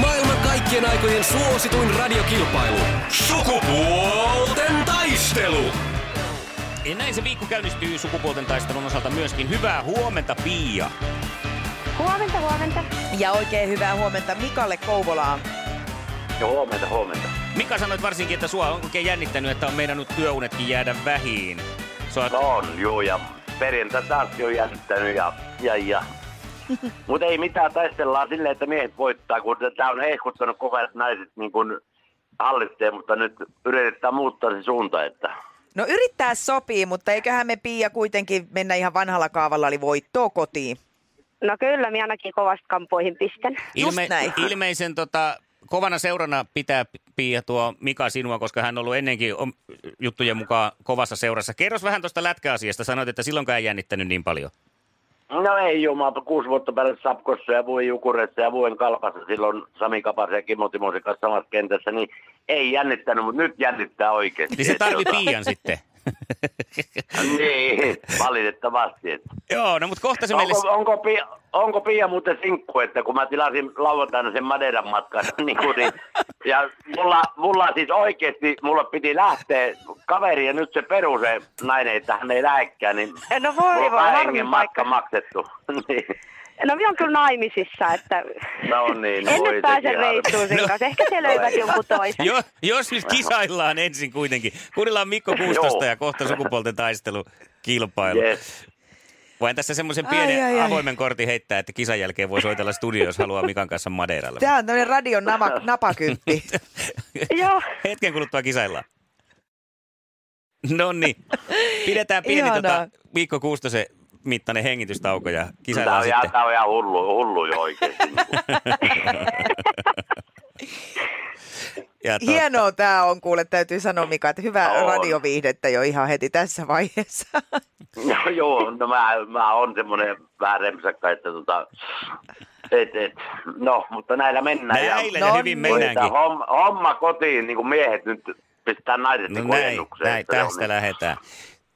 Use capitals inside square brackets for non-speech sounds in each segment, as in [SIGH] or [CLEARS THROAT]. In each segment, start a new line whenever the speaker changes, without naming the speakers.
Maailman kaikkien aikojen suosituin radiokilpailu. Sukupuolten taistelu.
Ja näin se viikko käynnistyy sukupuolten taistelun osalta myöskin. Hyvää huomenta, Pia.
Huomenta, huomenta.
Ja oikein hyvää huomenta Mikalle Kouvolaan.
Ja huomenta, huomenta.
Mika sanoit varsinkin, että sua on oikein jännittänyt, että on meinannut työunetkin jäädä vähiin. Sä oot...
No on, juu, ja perjantai taas on jännittänyt ja, ja, ja. Mutta ei mitään, taistellaan silleen, että miehet voittaa, kun tämä on hehkuttanut koko ajan, että naiset niin kuin hallitsee, mutta nyt yritetään muuttaa se suunta, että
No yrittää sopii, mutta eiköhän me Pia kuitenkin mennä ihan vanhalla kaavalla, eli voittoa kotiin.
No kyllä, minä ainakin kovasti kampoihin pistän.
just näin.
Ilmeisen tota, kovana seurana pitää Pia tuo Mika sinua, koska hän on ollut ennenkin om- juttujen mukaan kovassa seurassa. Kerros vähän tuosta lätkäasiasta. Sanoit, että silloinkaan ei jännittänyt niin paljon.
No ei jumalta, kuusi vuotta päälle Sapkossa ja vuoden Jukuressa ja vuoden Kalpassa silloin Sami Kapasen ja Kimmo Timosen kanssa samassa kentässä, niin ei jännittänyt, mutta nyt jännittää oikeasti.
Niin se
Että
tarvi
tota,
Pian sitten.
Niin, valitettavasti. Että.
Joo, no mutta kohta se meille...
Onko, onko, Pia, onko Pia muuten sinkku, että kun mä tilasin lauantaina sen Madeiran matkan, [LAUGHS] niin, kun, niin ja mulla, mulla siis oikeasti, mulla piti lähteä kaveri ja nyt se peru se nainen, että hän ei lähdekään, niin
No voi
mulla
voi,
on vähän hengen
harmin
matka
paikka.
maksettu. [LAUGHS] niin,
No minä on kyllä naimisissa, että
no niin, no
en
voi
nyt pääse
sekin harmi.
reissuun sen
No.
kanssa. Ehkä te löydät jonkun toisen.
Jo, jos nyt kisaillaan ensin kuitenkin. Kuunnellaan Mikko Kuustosta
Joo.
ja kohta sukupuolten taistelukilpailu.
Yes.
Voin tässä semmoisen
Ai,
pienen
ai, ai.
avoimen kortin heittää, että kisan jälkeen voi soitella studioon, jos haluaa Mikan kanssa Madeiralle.
Tämä on tämmöinen radion
[LAUGHS]
nama, napakymppi.
Joo.
Hetken kuluttua kisaillaan. No niin, pidetään pieni
Ihanaa.
tota, Mikko Kuustosen mittainen hengitystauko ja
Tämä
kisaillaan
on, ihan,
sitten.
tämä on ihan hullu, hullu jo oikeasti.
[LAUGHS] Ja to-
Hienoa tämä on kuule, täytyy sanoa Mika, että hyvää
On.
radioviihdettä jo ihan heti tässä vaiheessa.
[LAUGHS] no, joo, no mä, mä on semmoinen vähän remsakka, että tota, et, et, no, mutta näillä mennään. ja-
näillä
No
ja hyvin
niin.
mennäänkin.
Hoidetaan homma, homma kotiin, niin kuin miehet nyt pistää naiset
No
no
näin, näin, tästä
[LAUGHS] lähtee.
lähdetään.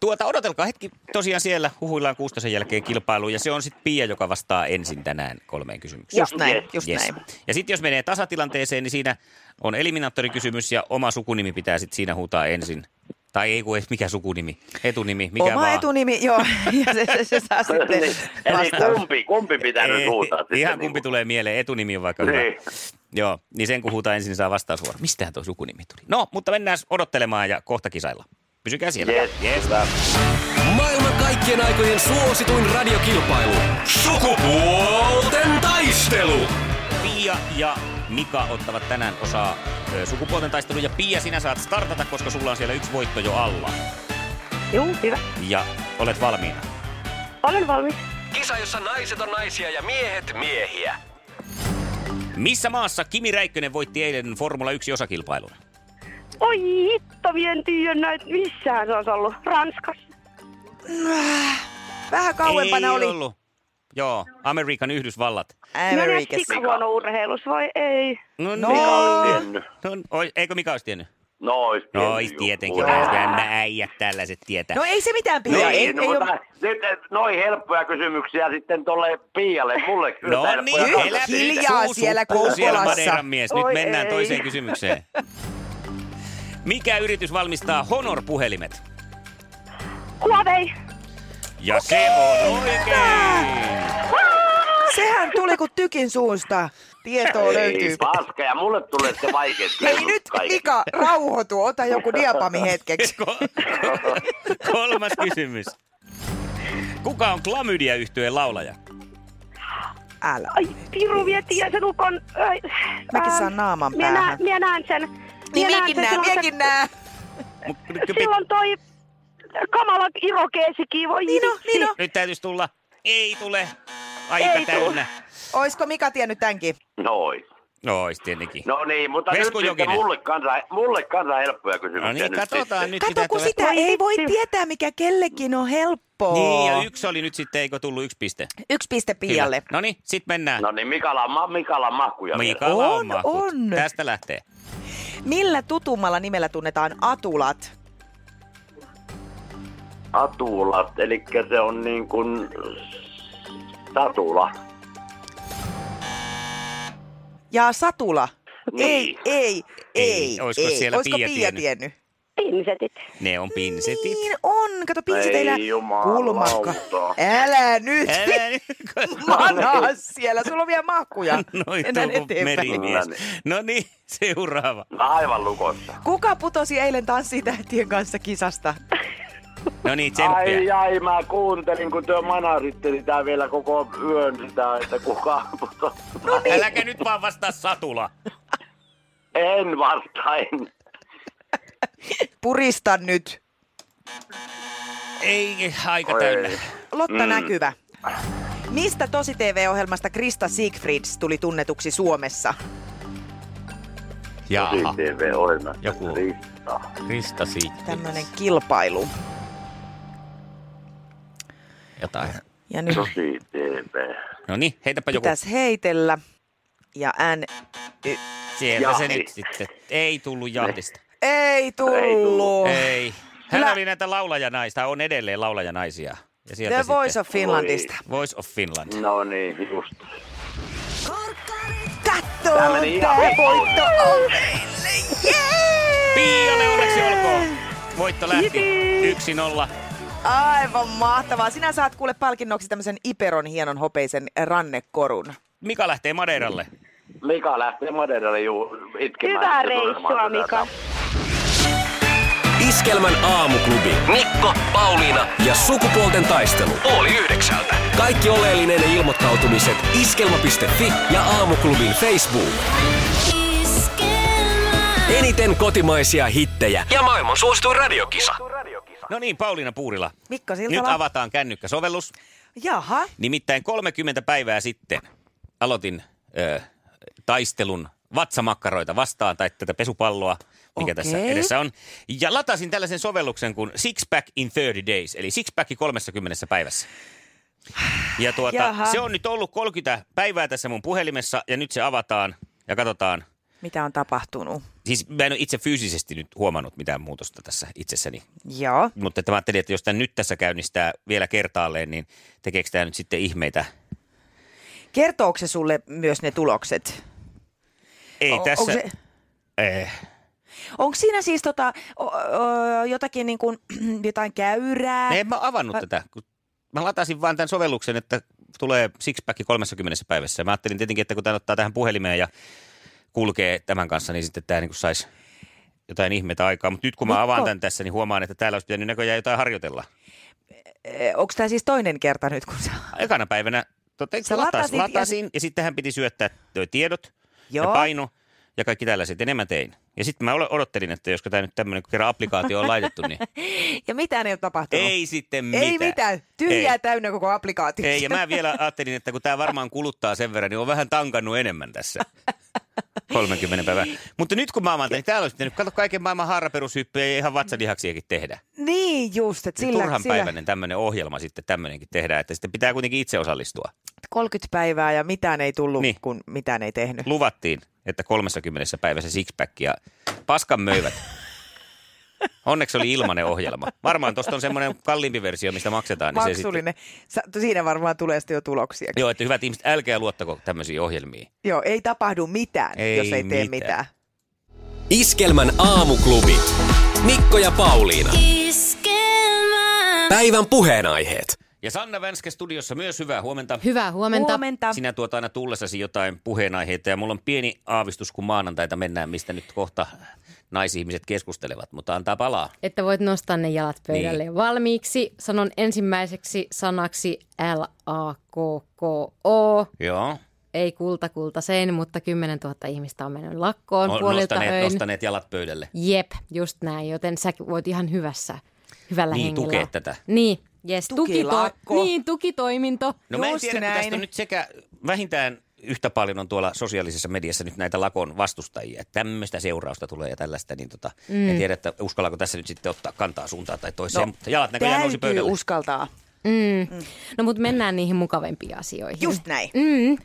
Tuota, odotelkaa hetki tosiaan siellä, huhuillaan Kuustosen jälkeen kilpailuun, ja se on sitten Pia, joka vastaa ensin tänään kolmeen kysymykseen.
Just näin,
Yes,
just
Yes.
näin.
Ja sitten jos menee tasatilanteeseen, niin siinä on eliminaattorikysymys ja oma sukunimi pitää sitten siinä huutaa ensin. Tai ei kun ei, mikä sukunimi, etunimi, mikä
Oma
vaan.
etunimi, joo, [LAUGHS] ja se, se, se
[LAUGHS]
saa sitten
Niin. Eli
vastaus.
kumpi, kumpi pitää
Ei,
nyt huutaa? sitten
Eh, ihan kumpi
niin kuin?
tulee mieleen, etunimi on vaikka hyvä.
Niin.
Joo, niin sen kun huutaa ensin, niin saa vastausvuoro. Mistähän tuo sukunimi tuli? No, mutta mennään odottelemaan ja kohta kisailla. Pysykää siellä.
Yes,
yes.
hyvä.
Maailman kaikkien aikojen suosituin radiokilpailu. Sukupuolten taistelu.
Pia ja Mika ottavat tänään osaa ö, sukupuolten taisteluun. Ja Pia, sinä saat startata, koska sulla on siellä yksi voitto jo alla.
Joo, hyvä.
Ja olet valmiina.
Olen valmis.
Kisa, jossa naiset on naisia ja miehet miehiä.
Missä maassa Kimi Räikkönen voitti eilen Formula 1-osakilpailun?
Oi hitto, minä en tiedä näitä. Missähän se olisi ollut? Ranskassa.
Vähän kauempana
Ei
oli
ollut. Joo, Amerikan Yhdysvallat.
No niin,
Minä olen
Amerikassa.
sika huono urheilussa, vai ei?
No,
No.
Mika olisi tiennyt.
Tiennyt.
no oi- eikö Mika olisi tiennyt?
No, ois
No
tiennyt
ois
juu.
tietenkin.
Voi.
Ois Nämä äijät tällaiset tietää.
No ei se mitään Pia,
Niin,
ei, ei,
no,
ole-
mutta nyt et, noin helppoja kysymyksiä sitten tuolle Pialle, mulle kyllä
No
helppoja
niin,
kanssa.
elä
elä
hiljaa
siitä. Suu
siellä
suppuu siellä
Kouvolassa.
Madeiran mies. Nyt
Oi
mennään
ei.
toiseen kysymykseen. Mikä yritys valmistaa Honor-puhelimet?
Huawei.
Ja se on oikein.
sehän tuli kuin tykin suusta. Tietoa
Ei
löytyy.
paska, ja mulle tulee se vaikeet
Hei
kysymykset
nyt
kaikki.
Mika, rauhoitu, ota joku diapami hetkeksi.
Ko- Kolmas kysymys. Kuka on klamydia yhtyeen laulaja?
Älä.
Ai, Piru vietiin ja sen ukon... Ai,
Mäkin
ähm,
saan naaman
minä
päähän.
näen- Minä näen sen.
Niin
Minä näen
minäkin
sen
näen,
silloin, se-
minäkin näen.
Mut nyt- nyt-
Silloin toi kamala irokeesikin voi
Niin on,
vitsi.
niin on.
Nyt täytyisi tulla. Ei tule. Aika
Ei tule.
täynnä.
Oisko Mika tiennyt tämänkin?
Noin.
No, ois tietenkin.
No niin, mutta
Vesku
nyt sitten
Jokinen.
mulle kansa, mulle kansa helppoja kysymyksiä.
no niin,
nyt
katsotaan
sitten.
nyt.
Kato, kun
tulee-
sitä ei voi
Vitsi.
tietää, mikä kellekin on helppoa.
Niin, ja yksi oli nyt sitten, eikö tullut yksi piste?
Yksi piste Pialle.
No niin, sit mennään.
No niin, Mikala, ma, Mikala mahkuja. vielä.
Mikala on,
On,
mahkut.
on.
Tästä lähtee.
Millä tutummalla nimellä tunnetaan atulat?
Atulat, eli se on niin kuin satula.
Ja satula?
Niin.
Ei, ei, ei,
Ei. Olisiko
ei.
siellä
Olisiko
Pia
Pia
tiennyt?
tiennyt?
Pinsetit.
Ne on pinsetit.
Niin on, kato pinsi
Ei
teillä
jumalauta.
kulmakka. Älä nyt,
Älä nyt, [LAUGHS]
manaa siellä, sulla on vielä mahkuja.
Noin
Mennään
No tullut
eteenpäin.
merimies.
Kyllä
No niin, [LAUGHS] seuraava.
No Aivan lukossa.
Kuka putosi eilen tanssitähtien kanssa kisasta?
No niin, tsemppiä.
Ai, ai, mä kuuntelin, kun työ manasitte sitä vielä koko yön sitä, että kuka putosi.
Äläkä nyt vaan vastaa satula.
En vastaa, en.
Purista nyt.
Ei, aika
Oi.
täynnä.
Lotta Näkyvä. Mistä tosi TV-ohjelmasta Krista Siegfrieds tuli tunnetuksi Suomessa?
No niin.
Jaha,
TV-ohjelma.
Joku.
Rista.
Krista Siik.
Tämmöinen kilpailu.
Jotain.
Ja nyt
Tosi TV.
No niin, heitäpä joku.
pitäisi heitellä. Ja än... Y-
Siellä se
Jahti.
nyt sitten. Ei tullut jahdista.
ei tullut.
Ei. Hän
Lä-
oli näitä laulajanaista, on edelleen laulajanaisia. Ja sieltä
The
sitten
Voice of Finlandista.
Voice of Finland.
No niin, just.
Katso,
Tää meni ihan
tää
vittuun.
voitto on meille. Jee!
Pialle onneksi olkoon. Voitto lähti.
Jipii.
Yksi nolla.
Aivan mahtavaa. Sinä saat kuule palkinnoksi tämmöisen Iperon hienon hopeisen rannekorun.
Mika lähtee Madeiralle.
Mika lähtee Madeiralle juu itkemään.
Hyvää
sitten
reissua,
tulemaan
Mika.
tätä.
Iskelmän aamuklubi. Mikko, Pauliina ja sukupuolten taistelu. Oli yhdeksältä. Kaikki oleellinen ilmoittautumiset iskelma.fi ja aamuklubin Facebook. Eniten kotimaisia hittejä ja maailman suosituin radiokisa.
No niin, Pauliina Puurila.
Mikko
Nyt
Siltala.
avataan kännykkäsovellus.
Jaha.
Nimittäin 30 päivää sitten aloitin ö, taistelun vatsamakkaroita vastaan tai tätä pesupalloa, mikä
Okei.
tässä edessä on. Ja latasin tällaisen sovelluksen kuin Six Pack in 30 Days, eli Six Pack 30 päivässä. Ja tuota,
Jaha.
se on nyt ollut 30 päivää tässä mun puhelimessa ja nyt se avataan ja katsotaan.
Mitä on tapahtunut?
Siis mä en ole itse fyysisesti nyt huomannut mitään muutosta tässä itsessäni,
Joo.
mutta että mä ajattelin, että jos tämän nyt tässä käynnistää vielä kertaalleen, niin tekeekö tämä nyt sitten ihmeitä?
Kertooko se sulle myös ne tulokset?
Ei
O-
tässä.
Onko, se,
Eh.
Äh, onko siinä siis tota, o, o, jotakin niin kuin, [CLEARS THROAT] jotain käyrää?
No en mä avannut
Vai-
tätä. kun Mä latasin vaan tämän sovelluksen, että tulee sixpack 30 päivässä. Mä ajattelin tietenkin, että kun tämän ottaa tähän puhelimeen ja kulkee tämän kanssa, niin sitten tämä niin saisi jotain ihmeitä aikaa. Mutta nyt kun mä
Mikko.
avaan tämän tässä, niin huomaan, että täällä olisi pitänyt näköjään jotain harjoitella.
Eh, Onko tämä siis toinen kerta nyt, kun sä...
Ekana päivänä totta,
Sä
latas,
latasit
latasin,
ja-
latasin ja, sitten tähän piti syöttää toi tiedot ja
Joo.
paino ja kaikki tällaiset. Ja ne mä tein. Ja sitten mä ole- odottelin, että josko tämä nyt tämmöinen, kun kerran applikaatio on laitettu,
[LAUGHS]
niin
Ja mitään ei ole tapahtunut.
ei sitten mitään.
Ei mitään. Tyhjää
Ei.
täynnä koko applikaatio.
Ei, ja mä vielä ajattelin, että kun tämä varmaan kuluttaa sen verran, niin on vähän tankannut enemmän tässä. 30 päivää. Mutta nyt kun mä oon niin täällä olisi pitänyt kato kaiken maailman haaraperushyppyjä ja ihan vatsalihaksiakin tehdä.
[LAUGHS] Niin just, että
Sillä,
sillä,
Turhan
sillä
päiväinen tämmöinen ohjelma sitten tämmöinenkin tehdään, että sitten pitää kuitenkin itse osallistua.
30 päivää ja mitään ei tullut,
Niin.
niin. kun mitään ei tehnyt.
Luvattiin, että 30 päivässä sixpack ja paskan möivät. Onneksi oli ilmainen ohjelma. Varmaan tuosta on semmoinen kalliimpi versio, mistä maksetaan. Niin se sitten,
Maksullinen. Sä, siinä varmaan tulee sitten jo tuloksia. Joo.
joo, että hyvät ihmiset, älkää luottako tämmöisiin ohjelmiin.
Joo, ei tapahdu mitään,
Ei
jos ei tee
mitään.
mitään.
Iskelmän aamuklubi. Mikko ja Pauliina. Päivän puheenaiheet.
Ja Sanna Vänskä studiossa myös hyvää huomenta.
Hyvää huomenta.
Huomenta.
Sinä tuot aina tullessasi jotain puheenaiheita ja mulla on pieni aavistus, kun maanantaita mennään, mistä nyt kohta naisihmiset keskustelevat, mutta antaa palaa.
Että voit nostaa ne jalat pöydälle
Niin.
niin. valmiiksi. Sanon ensimmäiseksi sanaksi L-A-K-K-O.
Joo.
Ei kulta kulta sen, mutta 10 000 ihmistä on mennyt lakkoon
On
puolilta
No, nostaneet,
öin.
nostaneet jalat pöydälle.
Jep, just näin, joten sä voit ihan hyvässä, hyvällä
Niin,
hengellä.
tukee tätä.
Niin, yes,
Tukilakko.
Niin, tukitoiminto.
No mä en
Just
tiedä, kun
näin.
tästä on nyt sekä vähintään yhtä paljon on tuolla sosiaalisessa mediassa nyt näitä lakon vastustajia. Että Tämmöistä seurausta tulee ja tällaista, niin tota, mm. en tiedä, että uskallako tässä nyt sitten ottaa kantaa suuntaan tai toiseen, no, mutta jalat näköjään nousi
Täytyy
pöydälle.
uskaltaa.
Mm. No mutta mennään niihin mukavempiin asioihin.
Just näin.
Mm.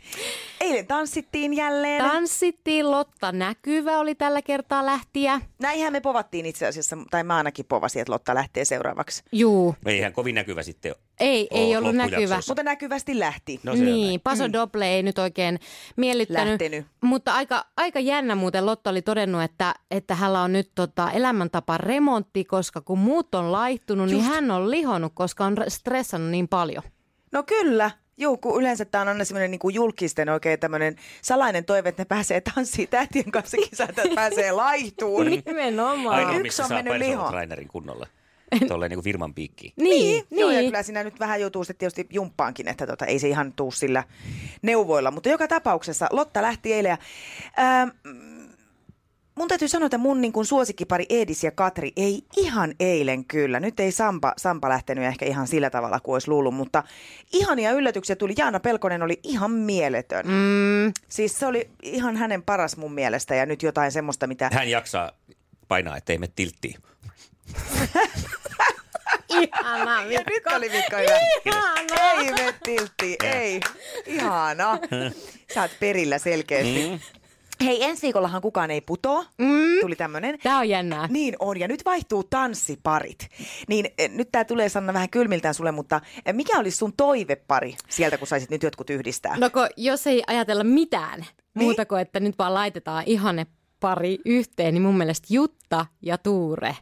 Eilen tanssittiin jälleen.
Tanssittiin, Lotta näkyvä oli tällä kertaa lähtiä.
Näinhän me povattiin itse asiassa, tai mä ainakin povasin, että Lotta lähtee seuraavaksi.
Juu,
No Eihän kovin näkyvä sitten ole.
ei, ei
Oo,
ollut näkyvä.
Oh, loppujaksossa.
Mutta näkyvästi lähti.
No, se on
niin, Paso Doble ei nyt oikein miellyttänyt.
Mm. Lähtenyt.
Mutta aika, aika jännä muuten Lotta oli todennut, että, että hänellä on nyt tota elämäntapa remontti, koska kun muut on laihtunut, niin hän on lihonut, koska on re- stressannut niin paljon.
No kyllä. Juu, kun yleensä tämä on aina semmoinen niin julkisten oikein tämmöinen salainen toive, että ne pääsee tanssiin tähtien kanssa kisaan, että
[LAUGHS]
pääsee laihtuun.
Niin.
Nimenomaan.
Ainoa,
Yksi
missä
on
saa
mennyt
personal
lihoon.
trainerin kunnolla. Tuolleen niin firman piikkiin.
Niin, niin.
Joo, ja kyllä siinä nyt vähän joutuu sitten tietysti jumppaankin, että tota, ei se ihan tuu sillä neuvoilla. Mutta joka tapauksessa Lotta lähti eilen ja ää, mm, mun täytyy sanoa, että mun niin kuin suosikkipari Edis ja Katri ei ihan eilen kyllä. Nyt ei Sampa, Sampa lähtenyt ehkä ihan sillä tavalla kuin olisi luullut, mutta ihania yllätyksiä tuli. Jaana Pelkonen oli ihan mieletön. Mm. [LAUGHS] Siis se oli ihan hänen paras mun mielestä ja nyt jotain semmoista, mitä...
Hän jaksaa painaa, ettei me tilttiin.
Ihana,
Ja
Mikko.
nyt oli Mikko hyvä.
Niin, Ihana.
Ei me tiltti, ei. Ihana. Sä oot perillä selkeästi. Hei, ensi viikollahan kukaan ei putoa.
Mm.
Tuli tämmönen.
Tää on jännää.
Niin on, ja nyt vaihtuu tanssiparit. Niin eh, nyt tää tulee Sanna vähän kylmiltään sulle, mutta eh, mikä olisi sun toivepari sieltä, kun saisit nyt jotkut yhdistää?
No kun, jos ei ajatella mitään
Niin.
muuta kuin, että nyt vaan laitetaan ihanne pari yhteen, niin mun mielestä Jutta ja Tuure.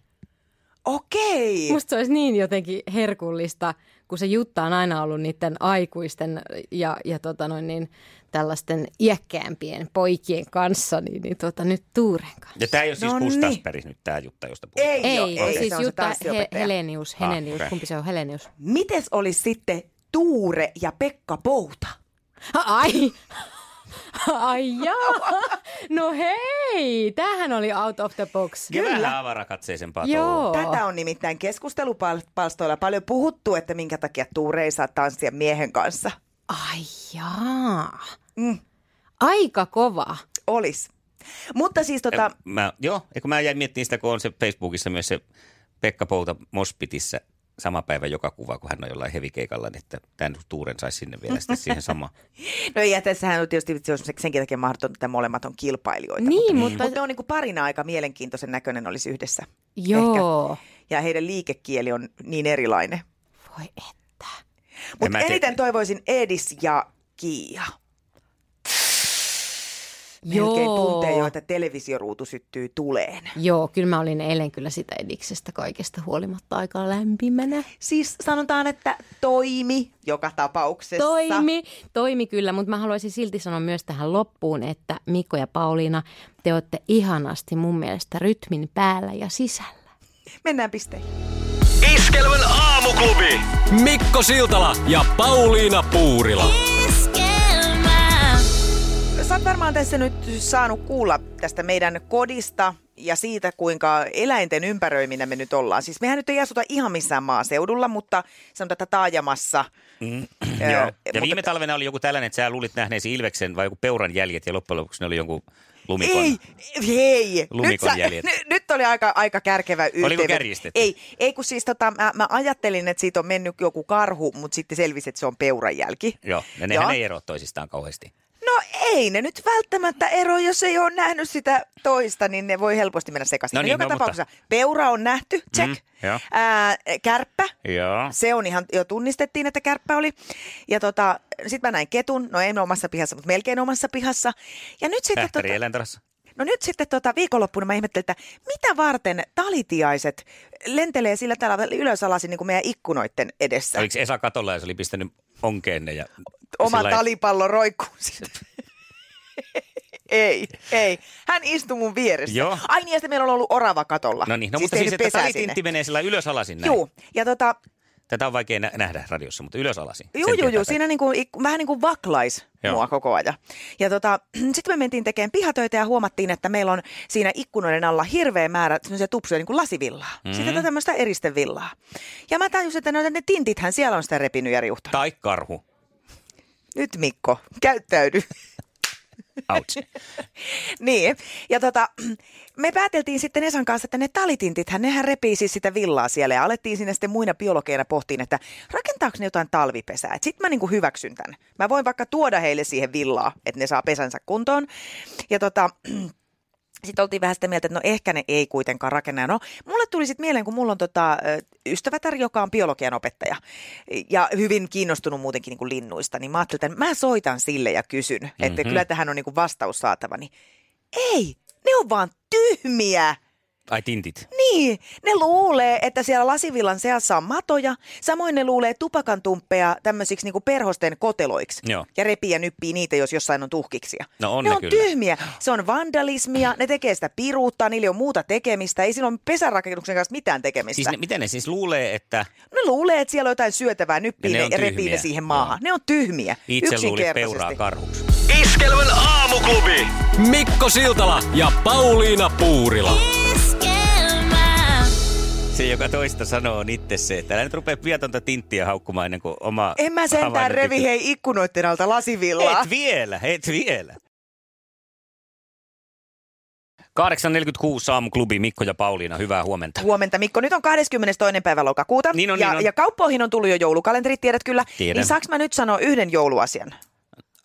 Okei.
Musta se olisi niin jotenkin herkullista, kun se Jutta on aina ollut niiden aikuisten ja, ja tota noin niin, tällaisten iäkkäämpien poikien kanssa, niin, niin tota, nyt Tuuren kanssa.
Ja tämä ei ole siis
No niin.
Kustasperis nyt tämä Jutta, josta puhutaan.
Ei,
Ei,
oo,
ei,
ei,
siis
se on se
Jutta he,
tanssiopettaja.
Helenius,
Ah,
Helenius,
okei.
kumpi se on Helenius?
Mites olisi sitten Tuure ja Pekka Pouta?
Ai! [LAUGHS] Ai jaa. No hei, tämähän oli out of the box.
Ja vähän avarakatseisempaa touhua.
Joo.
Tätä on nimittäin keskustelupalstoilla paljon puhuttu, että minkä takia Tuure ei saa tanssia miehen kanssa.
Ai jaa.
Mm.
Aika kova.
Olis. Mutta siis tota,
Mä, joo, eikö mä jäin miettimään sitä, kun on se Facebookissa myös se Pekka Pouta Mospitissä sama päivä joka kuva, kun hän on jollain hevikeikalla, niin että tämän tuuren saisi sinne vielä sitten siihen
[LAUGHS]
samaan.
no ja tässähän on tietysti se on senkin takia mahdoton, että molemmat on kilpailijoita.
Niin,
mutta,
mutta...
mutta ne on niin kuin parina aika mielenkiintoisen näköinen olisi yhdessä.
Joo.
Ja heidän liikekieli on niin erilainen.
Voi että.
En mä
Mutta
tiedä.
eniten toivoisin Edis ja Kiia. Melkein tuntee jo, että televisioruutu syttyy tuleen.
Joo, kyllä mä olin eilen kyllä sitä ediksestä kaikesta huolimatta aika lämpimänä.
Siis sanotaan, että toimi joka tapauksessa.
Toimi, toimi kyllä, mutta mä haluaisin silti sanoa myös tähän loppuun, että Mikko ja Pauliina, te olette ihanasti mun mielestä rytmin päällä ja sisällä.
Mennään pisteihin.
Iskelmän aamuklubi. Mikko Siltala ja Pauliina Puurila.
Sä oot varmaan tässä nyt saanut kuulla tästä meidän kodista ja siitä, kuinka eläinten ympäröiminä me nyt ollaan. Siis mehän nyt ei asuta ihan missään maaseudulla, mutta sanotaan, että taajamassa. Ö,
Joo.
mutta-
Ja viime talvena oli joku tällainen, että sä luulit nähneesi Ilveksen vai joku peuran jäljet ja loppujen lopuksi ne oli jonkun lumikon.
Ei, hei. Nyt,
Lumikon
sä,
jäljet.
n- nyt oli aika, aika kärkevä yhteen.
kärjistetty?
Ei, ei kun siis tota, mä, mä ajattelin, että siitä on mennyt joku karhu, mutta sitten selvisi, että se on peuranjälki.
Joo, ja
Joo.
nehän ei eroa toisistaan kauheasti.
No ei ne nyt välttämättä ero, jos ei ole nähnyt sitä toista, niin ne voi helposti mennä sekaisin.
No niin,
joka
no,
tapauksessa peura on nähty, check.
Mm, joo.
Ää, kärppä,
Joo.
se on ihan, jo tunnistettiin, että kärppä oli. Ja tota, sit mä näin ketun, no en omassa pihassa, mutta melkein omassa pihassa. Ja nyt sitten,
Tähtäri
tota,
eläintarassa.
no nyt sitten tota, viikonloppuna mä ihmettelin, että mitä varten talitiaiset lentelee sillä tavalla ylös alasin niin kuin meidän ikkunoiden edessä.
Oliko Esa katolla ja se oli pistänyt onkeen ne ja...
oma
sillä-
talipallo roikkuu sitten.
[LAUGHS]
ei, ei. Hän istui mun vieressä.
Joo.
Ai niin, ja sitten meillä on ollut orava katolla.
No niin, no, mutta siis,
tehnyt
että
pesää
talitintti menee sillä ylös alasin näin.
Juu, ja tota,
Tätä on vaikea nä- nähdä radiossa, mutta ylös alasin.
juu,
Sen
juu,
tietää
juu, siinä niinku, ikku- vähän niin kuin vaklais
Joo.
mua koko ajan. Ja tota, [CLEARS THROAT] sitten me mentiin tekemään pihatöitä ja huomattiin, että meillä on siinä ikkunoiden alla hirveä määrä semmoisia tupsuja niin kuin lasivillaa. Mm.
Mm-hmm.
Sitten tämmöistä eristevillaa. Ja mä tajusin, että no, ne tintithän siellä on sitä repinyt ja riuhtanut.
Tai karhu.
Nyt Mikko, käyttäydy.
Ouch.
[LAUGHS] Niin, ja tota, [CLEARS THROAT] me pääteltiin sitten Esan kanssa, että ne talitintithän, nehän repii siis sitä villaa siellä ja alettiin sinne sitten muina biologeina pohtiin, että rakentaako ne jotain talvipesää, että sit mä niinku hyväksyn tämän. Mä voin vaikka tuoda heille siihen villaa, että ne saa pesänsä kuntoon. Ja tota, [CLEARS THROAT] sitten oltiin vähän sitä mieltä, että no ehkä ne ei kuitenkaan rakenna. Ja No, mulle tuli sitten mieleen, kun mulla on tota, ö, ystävätär, joka on biologian opettaja ja hyvin kiinnostunut muutenkin niin kuin linnuista, niin mä ajattelin, että mä soitan sille ja kysyn, mm-hmm. että kyllä tähän on niin kuin vastaus saatava. Niin ei, ne on vaan tyhmiä.
Ai tintit.
Niin, ne luulee, että siellä lasivillan seassa on matoja. Samoin ne luulee tupakantumppeja tämmöisiksi niinku perhosten koteloiksi.
Joo.
Ja repii ja nyppii niitä, jos jossain on tuhkiksia.
No on
ne
ne
on
kyllä.
tyhmiä. Se on vandalismia, ne tekee sitä piruutta, niillä on muuta tekemistä. Ei sillä ole pesärakennuksen kanssa mitään tekemistä.
Siis ne, miten ne siis luulee, että
Ne luulee, että siellä on jotain syötävää, nyppii
Ja ne
ne,
on
ja repii ne
tyhmiä.
siihen maahan. Ne on tyhmiä.
itse luuli
Yksinkertaisesti.
peuraa karhuksi?
Iskelmän aamuklubi. Mikko Siltala ja Pauliina Puurila.
Se, joka toista sanoo, on itse se, että älä nyt rupea viatonta tinttiä haukkumaan ennen kuin oma...
En mä sentään
havainnointi-
revi hei ikkunoitten alta lasivillaa.
Et vielä, et vielä. 8.46 aamuklubi Mikko ja Pauliina, hyvää huomenta.
Huomenta Mikko. Nyt on 22. päivä lokakuuta
Niin on,
ja,
niin on.
ja kauppoihin on tullut jo joulukalenterit, tiedät kyllä.
Tiedän.
Niin saaks mä nyt sanoa yhden jouluasian?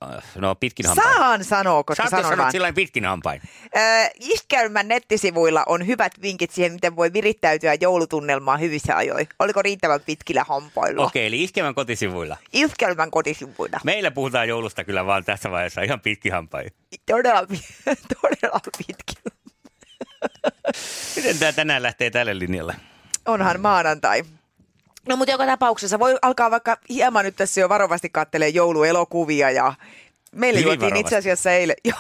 Äh, No pitkin hampain.
Saan sanoa, koska
Saat
sanon
sanoa
vaan.
sillä pitkin hampain.
Äh, Iskelmän nettisivuilla on hyvät vinkit siihen, miten voi virittäytyä joulutunnelmaan hyvissä ajoin. Oliko riittävän pitkillä
Oh.
hampailla?
Okei, eli iskemän kotisivuilla.
Iskelmän kotisivuilla.
Meillä puhutaan joulusta kyllä vaan tässä vaiheessa ihan pitkin hampain.
Todella, pi- [LAUGHS] todella pitkillä.
Miten tämä tänään lähtee tälle linjalle?
Onhan
Mm.
maanantai. No mutta joka tapauksessa voi alkaa vaikka hieman nyt tässä jo varovasti kattelee jouluelokuvia ja meille
Hyvin
juotiin itse
varovasti.
asiassa eilen. [LAUGHS] Joo.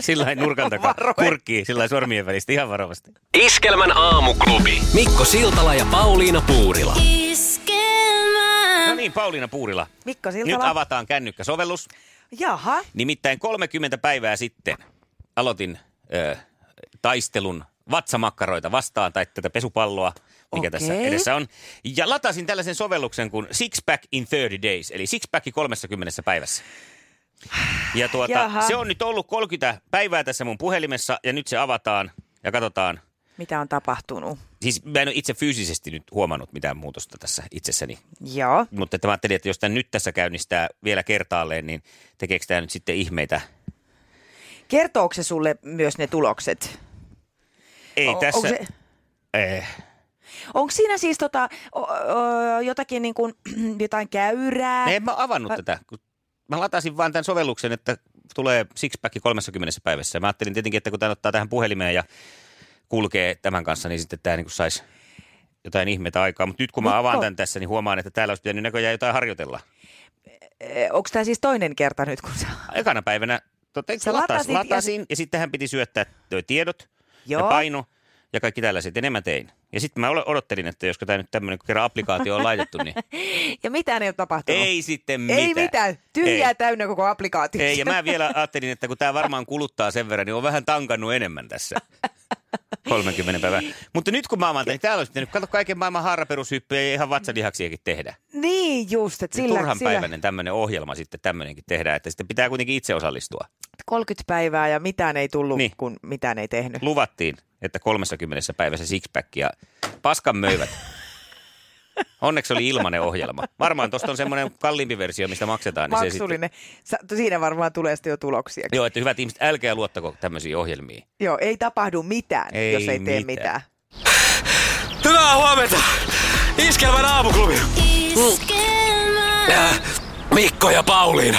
Sillä lailla nurkan takaa
Varovasti.
kurkkii, sillä lailla sormien välistä ihan varovasti.
Iskelmän aamuklubi. Mikko Siltala ja Pauliina Puurila.
No niin, Pauliina Puurila.
Mikko
Nyt
Siltala.
avataan kännykkäsovellus.
Jaha.
Nimittäin 30 päivää sitten aloitin ö, taistelun vatsamakkaroita vastaan tai tätä pesupalloa, mikä
Okei.
tässä edessä on. Ja latasin tällaisen sovelluksen kuin Six Pack in 30 Days, eli Six Pack 30 päivässä. Ja tuota,
Jaha.
se on nyt ollut 30 päivää tässä mun puhelimessa ja nyt se avataan ja katsotaan.
Mitä on tapahtunut?
Siis mä en ole itse fyysisesti nyt huomannut mitään muutosta tässä itsessäni,
Joo.
mutta että mä ajattelin, että jos tämän nyt tässä käynnistää vielä kertaalleen, niin tekeekö tämä nyt sitten ihmeitä?
Kertooko se sulle myös ne tulokset?
Ei
O-
tässä.
Onko, se,
Eh.
onko siinä siis tota, o, o, jotakin niin kuin, [CLEARS THROAT] jotain käyrää?
No en mä avannut
Vai-
tätä. kun Mä latasin vaan tämän sovelluksen, että tulee sixpack 30 päivässä. Mä ajattelin tietenkin, että kun tämä ottaa tähän puhelimeen ja kulkee tämän kanssa, niin sitten tämä niin saisi jotain ihmeitä aikaa. Mutta nyt kun mä
Mikko.
avaan tämän tässä, niin huomaan, että täällä olisi pitänyt näköjään jotain harjoitella.
Eh, Onko tämä siis toinen kerta nyt, kun sä... [LAUGHS]
Ekana päivänä totta,
Sä
latas, latasin,
latasit ja-
latasin ja, sitten hän piti syöttää toi tiedot ja
Joo.
paino ja kaikki tällaiset. Ja ne mä tein. Ja sitten mä ole- odottelin, että josko tämä nyt tämmöinen, kun kerran applikaatio on laitettu,
[LAUGHS]
niin
Ja mitään ei ole tapahtunut.
ei sitten mitään.
Ei mitään. Tyhjää
Ei.
ei. täynnä koko applikaatio.
Ei, ja mä vielä ajattelin, että kun tämä varmaan kuluttaa sen verran, niin on vähän tankannut enemmän
[LAUGHS]
tässä. 30 päivää. Mutta nyt kun mä oon niin täällä olisi pitänyt kato kaiken maailman haaraperushyppyjä ja ihan vatsalihaksiakin tehdä.
[LAUGHS] Niin just, että
Sillä,
sillä,
Turhan
sillä
päiväinen tämmöinen ohjelma sitten tämmöinenkin tehdään, että sitten pitää kuitenkin itse osallistua.
30 päivää ja mitään ei tullut,
Niin.
niin. kun mitään ei tehnyt.
Luvattiin, että 30 päivässä sixpack ja paskan möivät. Onneksi oli ilmainen ohjelma. Varmaan tuosta on semmoinen kalliimpi versio, mistä maksetaan. Niin se sitten,
Maksullinen. Sä, siinä varmaan tulee sitten jo tuloksia.
joo, että hyvät ihmiset, älkää luottako tämmöisiin ohjelmiin.
Joo, ei tapahdu mitään,
Ei
jos ei tee
mitään.
mitään. mitään.
Hyvää huomenta. Iskelmän aamuklubi. Äh, Mikko ja Pauliina.